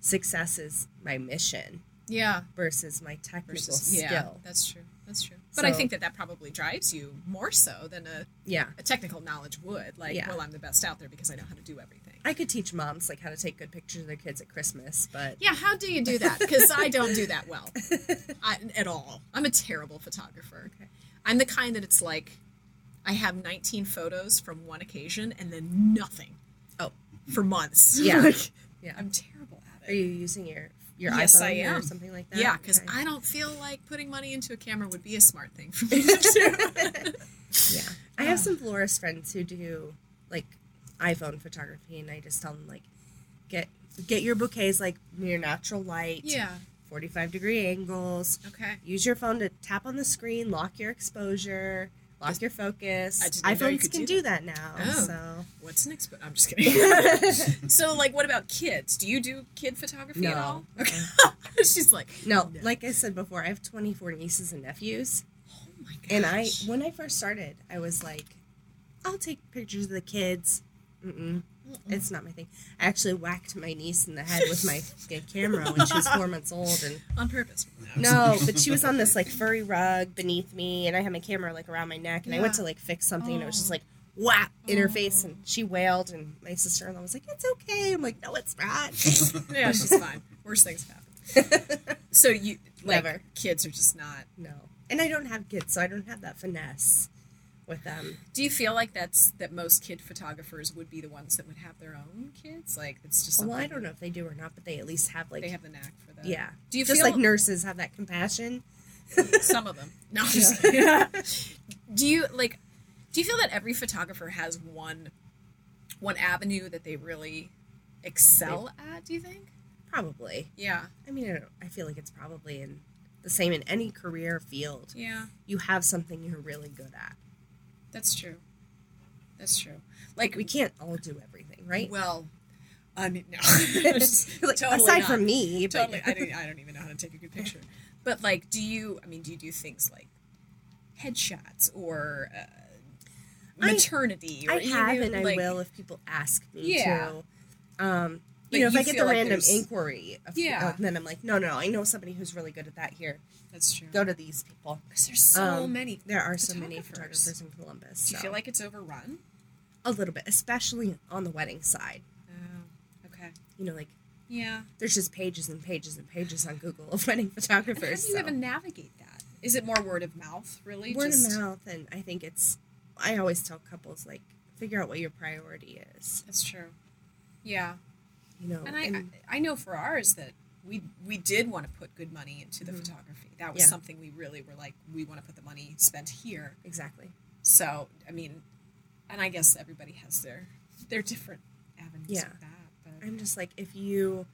success is my mission yeah, versus my technical versus yeah, skill. that's true. That's true. But I So- think that that probably drives you more so than a, Yeah. a technical knowledge would. Like, Yeah. well, I'm the best out there because I know how to do everything. I could teach moms like how to take good pictures of their kids at Christmas, but Yeah, how do you do that? Because I don't do that well I, at all. I'm a terrible photographer. Okay. I'm the kind that it's like I have 19 photos from one occasion and then nothing oh, for months. Yeah. Like, yeah. I'm terrible at Are it. you using your your Yes, iPhone I am. or something like that? yeah, because Okay. I don't feel like putting money into a camera would be a smart thing for me to do. yeah. I have some florist friends who do like iPhone photography, and I just tell them like get get your bouquets like near natural light, yeah. 45 degree angles, Okay. Use your phone to tap on the screen, lock your exposure, lock your focus. I didn't know you iPhones could can do do that, now. Oh. So What's next? But I'm just kidding. so, like, what about kids? Do you do kid photography at No. all? Okay. She's like, no, like I said before, I have 24 nieces and nephews, oh my gosh. and I when I first started, I was like, I'll take pictures of the kids. Mm-mm. It's not my thing. I actually whacked my niece in the head with my fucking camera when she was four months old, and on purpose. No, but she was on this like furry rug beneath me, and I had my camera like around my neck, and I went Yeah. Oh. to like fix something, and it was just like whap in her face, and she wailed, and my sister in law was like, "It's okay." I'm like, "No, it's not." Yeah, she's fine. Worst things have happened. So you, like, Whatever. kids are just not. no, and I don't have kids, so I don't have that finesse with them. Do you feel like that's that most kid photographers would be the ones that would have their own kids? Like, it's just. Something Well, I don't know if they do or not, but they at least have like They have the knack for that. yeah. Do you just feel like nurses have that compassion? some of them? No, I'm just kidding. do you like? Do you feel that every photographer has one, one avenue that they really excel at? Do you think? Probably. Yeah. I mean, I, don't, I feel like it's probably in the same in any career field. Yeah. You have something you're really good at. That's true. That's true. Like We can't all do everything, right? Well, I mean, no. Just Like, totally aside not. from me, but- totally. I don't, I don't even know how to take a good picture. But like, do you? I mean, do you do things like headshots or uh, I- maternity? or, I you have know, and I like- will if people ask me Yeah. to. Um, But you know, if you I get feel the like random there's- inquiry, of, Yeah. uh, then I'm like, no, no, I know somebody who's really good at that. Here, That's true. go to these people. 'Cause there's so Um, many. There are so many photographers. photographers in Columbus. Do you so- feel like it's overrun? a little bit, especially on the wedding side? Oh, okay. You know, like Yeah. there's just pages and pages and pages on Google of wedding photographers. How do you so. even navigate that? Is it more word of mouth, really? word Just- of mouth? And I think it's. I always tell couples like, figure out what your priority is. That's true. Yeah. You know, And I, I I know for ours that we we did want to put good money into the photography. That was Mm-hmm. Yeah. something we really were like, we want to put the money spent here. exactly. So I mean, and I guess everybody has their their different avenues Yeah. of that. But I'm just like if you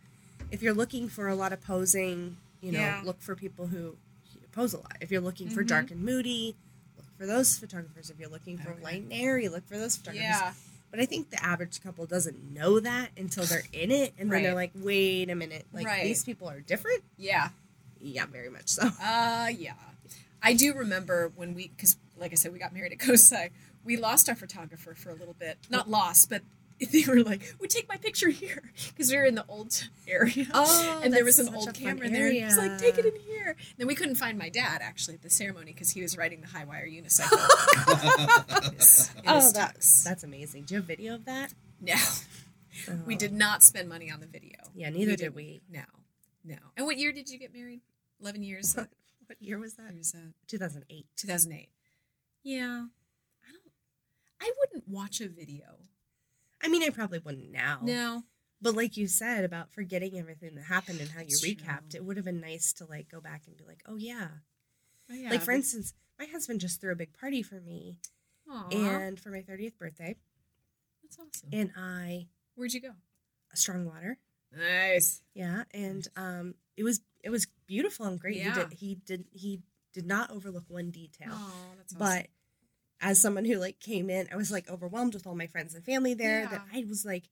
if you're looking for a lot of posing, you know, Yeah. Mm-hmm. look for people who pose a lot. If you're looking for dark and moody, look for those photographers. If you're looking for Okay. light and airy, look for those photographers. yeah, But I think the average couple doesn't know that until they're in it, and then they're like, Right. "Wait a minute, like Right. these people are different." Yeah. Yeah, very much so. Uh, yeah. I do remember when we, because like I said, we got married at Kosai. We lost our photographer for a little bit. Not lost, but they were like, "We take my picture here," because we were in the old area. Oh, and there that's was an such a old fun camera in there. And he was like, area. "Take it in here." And then we couldn't find my dad actually at the ceremony because he was riding the high wire unicycle. in his- in Oh, his that's tux. that's amazing. Do you have video of that? no, we Oh. did not spend money on the video. Yeah, neither We did didn't. we. No, no. And what year did you get married? Eleven years. What What year was that? year was that? 2008. 2008. Yeah. I don't I wouldn't watch a video. I mean, I probably wouldn't now. No. But like you said about forgetting everything that happened and how you That's recapped, true. it would have been nice to like go back and be like, oh yeah. Oh, yeah. Like for instance, my husband just througw a big party for me Aw, and for my 30th birthday, that's awesome. and I Where'd you go? strong water. Nice. Yeah, and um, it was it was beautiful and great. Yeah. He did he did he did not overlook one detail. Oh, that's awesome. but as someone who like came in i was like overwhelmed with all my friends and family there that i was like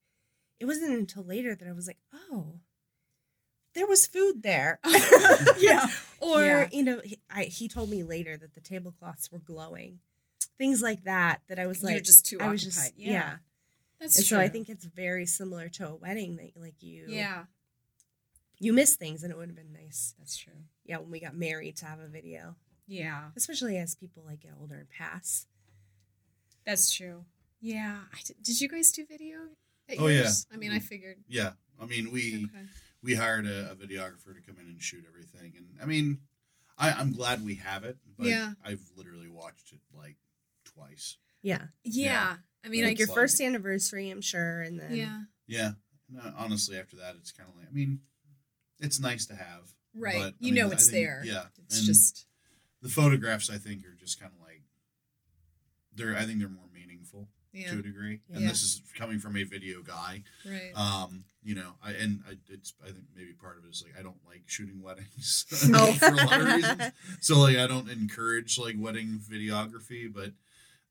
it wasn't until later that i was like oh there was food there yeah. or Yeah. you know he, I, he told me later that the tablecloths were glowing things like that that i was You're like just too i was occupied. just yeah. yeah, That's and true. so i think it's very similar to a wedding that like you Yeah, you miss things and it would have been nice that's true. yeah when we got married to have a video Yeah. especially as people like get older and pass That's true. Yeah. I did, did you guys do video? at Oh, yeah. yours? I mean, I figured. Yeah, I mean we Okay. we hired a, a videographer to come in and shoot everything, and I mean, I, I'm glad we have it. But Yeah. I've literally watched it like twice. yeah Yeah. I mean, Like I like your fun. first anniversary, I'm sure, and then yeah. Yeah, no, honestly, after that, it's kind of like I mean, it's nice to have, Right. but, I you mean, know I it's think- there. Yeah, It's and just the photographs. I think are just kind of like they're. I think they're more meaningful yeah. to a degree, and Yeah. this is coming from a video guy. Right. Um, you know, I and I, it's I think maybe part of it is like I don't like shooting weddings Oh. for a lot of reasons. So like I don't encourage like wedding videography, but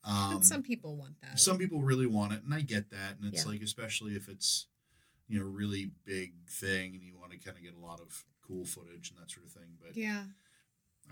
um, but some people want that. some people really want it, and I get that. And it's Yeah. like especially if it's you know really big thing, and you want to kind of get a lot of cool footage and that sort of thing. But yeah.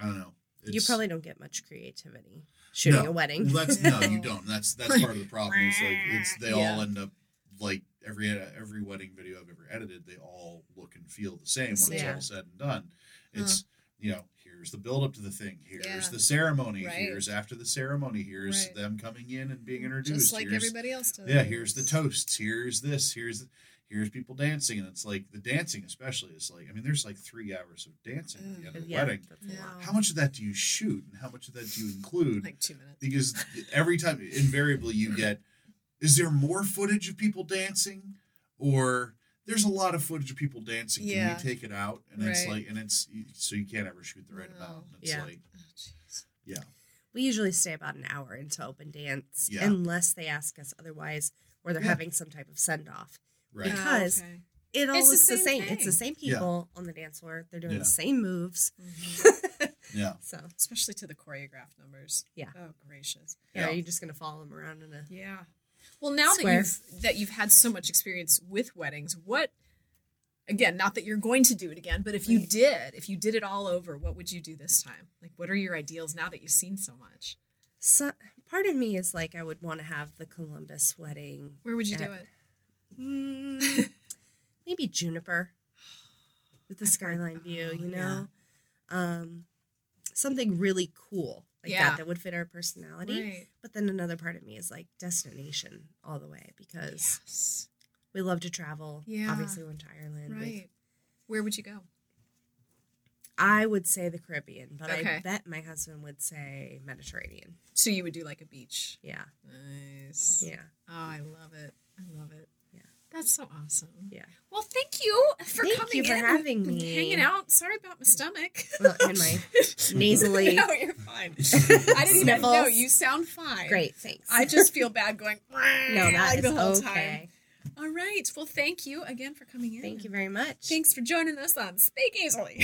I don't know. It's, you probably don't get much creativity shooting No. a wedding. well, that's no, you don't. That's that's part of the problem. It's like it's they all Yeah. end up like every every wedding video I've ever edited, they all look and feel the same when it's Yeah. all said and done. It's you know here's the build up to the thing, here's Yeah. the ceremony, Right. here's after the ceremony, here's Right. them coming in and being introduced, Mm, Just like here's everybody else does. yeah, here's the toasts, here's this, here's here's people dancing, and it's like the dancing especially is like I mean there's like three hours of dancing at the end of a yeah, wedding. that's a Yeah. lot. How much of that do you shoot, and how much of that do you include? Like two minutes. because every time invariably you get is there more footage of people dancing or there's a lot of footage of people dancing Yeah. can we take it out and it's Right. like and it's so you can't ever shoot the right No. amount And it's Yeah. like Oh, jeez. yeah We usually stay about an hour into open dance Yeah. unless they ask us otherwise, or they're Yeah. having some type of send off. right Yeah. Because- okay. It all It's the looks the same same. It's the same Yeah. people on the dance floor. They're doing Yeah. the same moves. Mhm. yeah So Especially to the choreographed numbers. Yeah. Oh gracious. yeah, Yeah. are you just gonna follow them around in a Yeah. Well, now Square. that you've that you've had so much experience with weddings, what again, not that you're going to do it again, but if you Right. did, if you did it all over, what would you do this time? Like what are your ideals now that you've seen so much? so, part of me is like I would want to have the Columbus wedding. Where would you do Yeah. it? Mm, maybe juniper with the skyline view, you Oh, yeah. know? Um, something really cool like Yeah. that that would fit our personality. Right. But then another part of me is like destination all the way because Yes. we love to travel. Yeah. Obviously, we went to Ireland. We've- Right. Where would you go? I would say the Caribbean, but I Okay. bet my husband would say Mediterranean. So you would do like a beach. Yeah. Nice. Yeah. Oh, I love it. I love it. Yeah. That's so awesome. Yeah. Well, thank you for Thank coming you for in and having me. Hanging out. Sorry about my stomach. Well, and my nasally. no, you're fine. I didn't even know. Sniffles. You sound fine. Great. Thanks. I just feel bad going no, no, that like is the whole okay. time. All right. Well, thank you again for coming in. Thank you very much. Thanks for joining us on Speak Easily.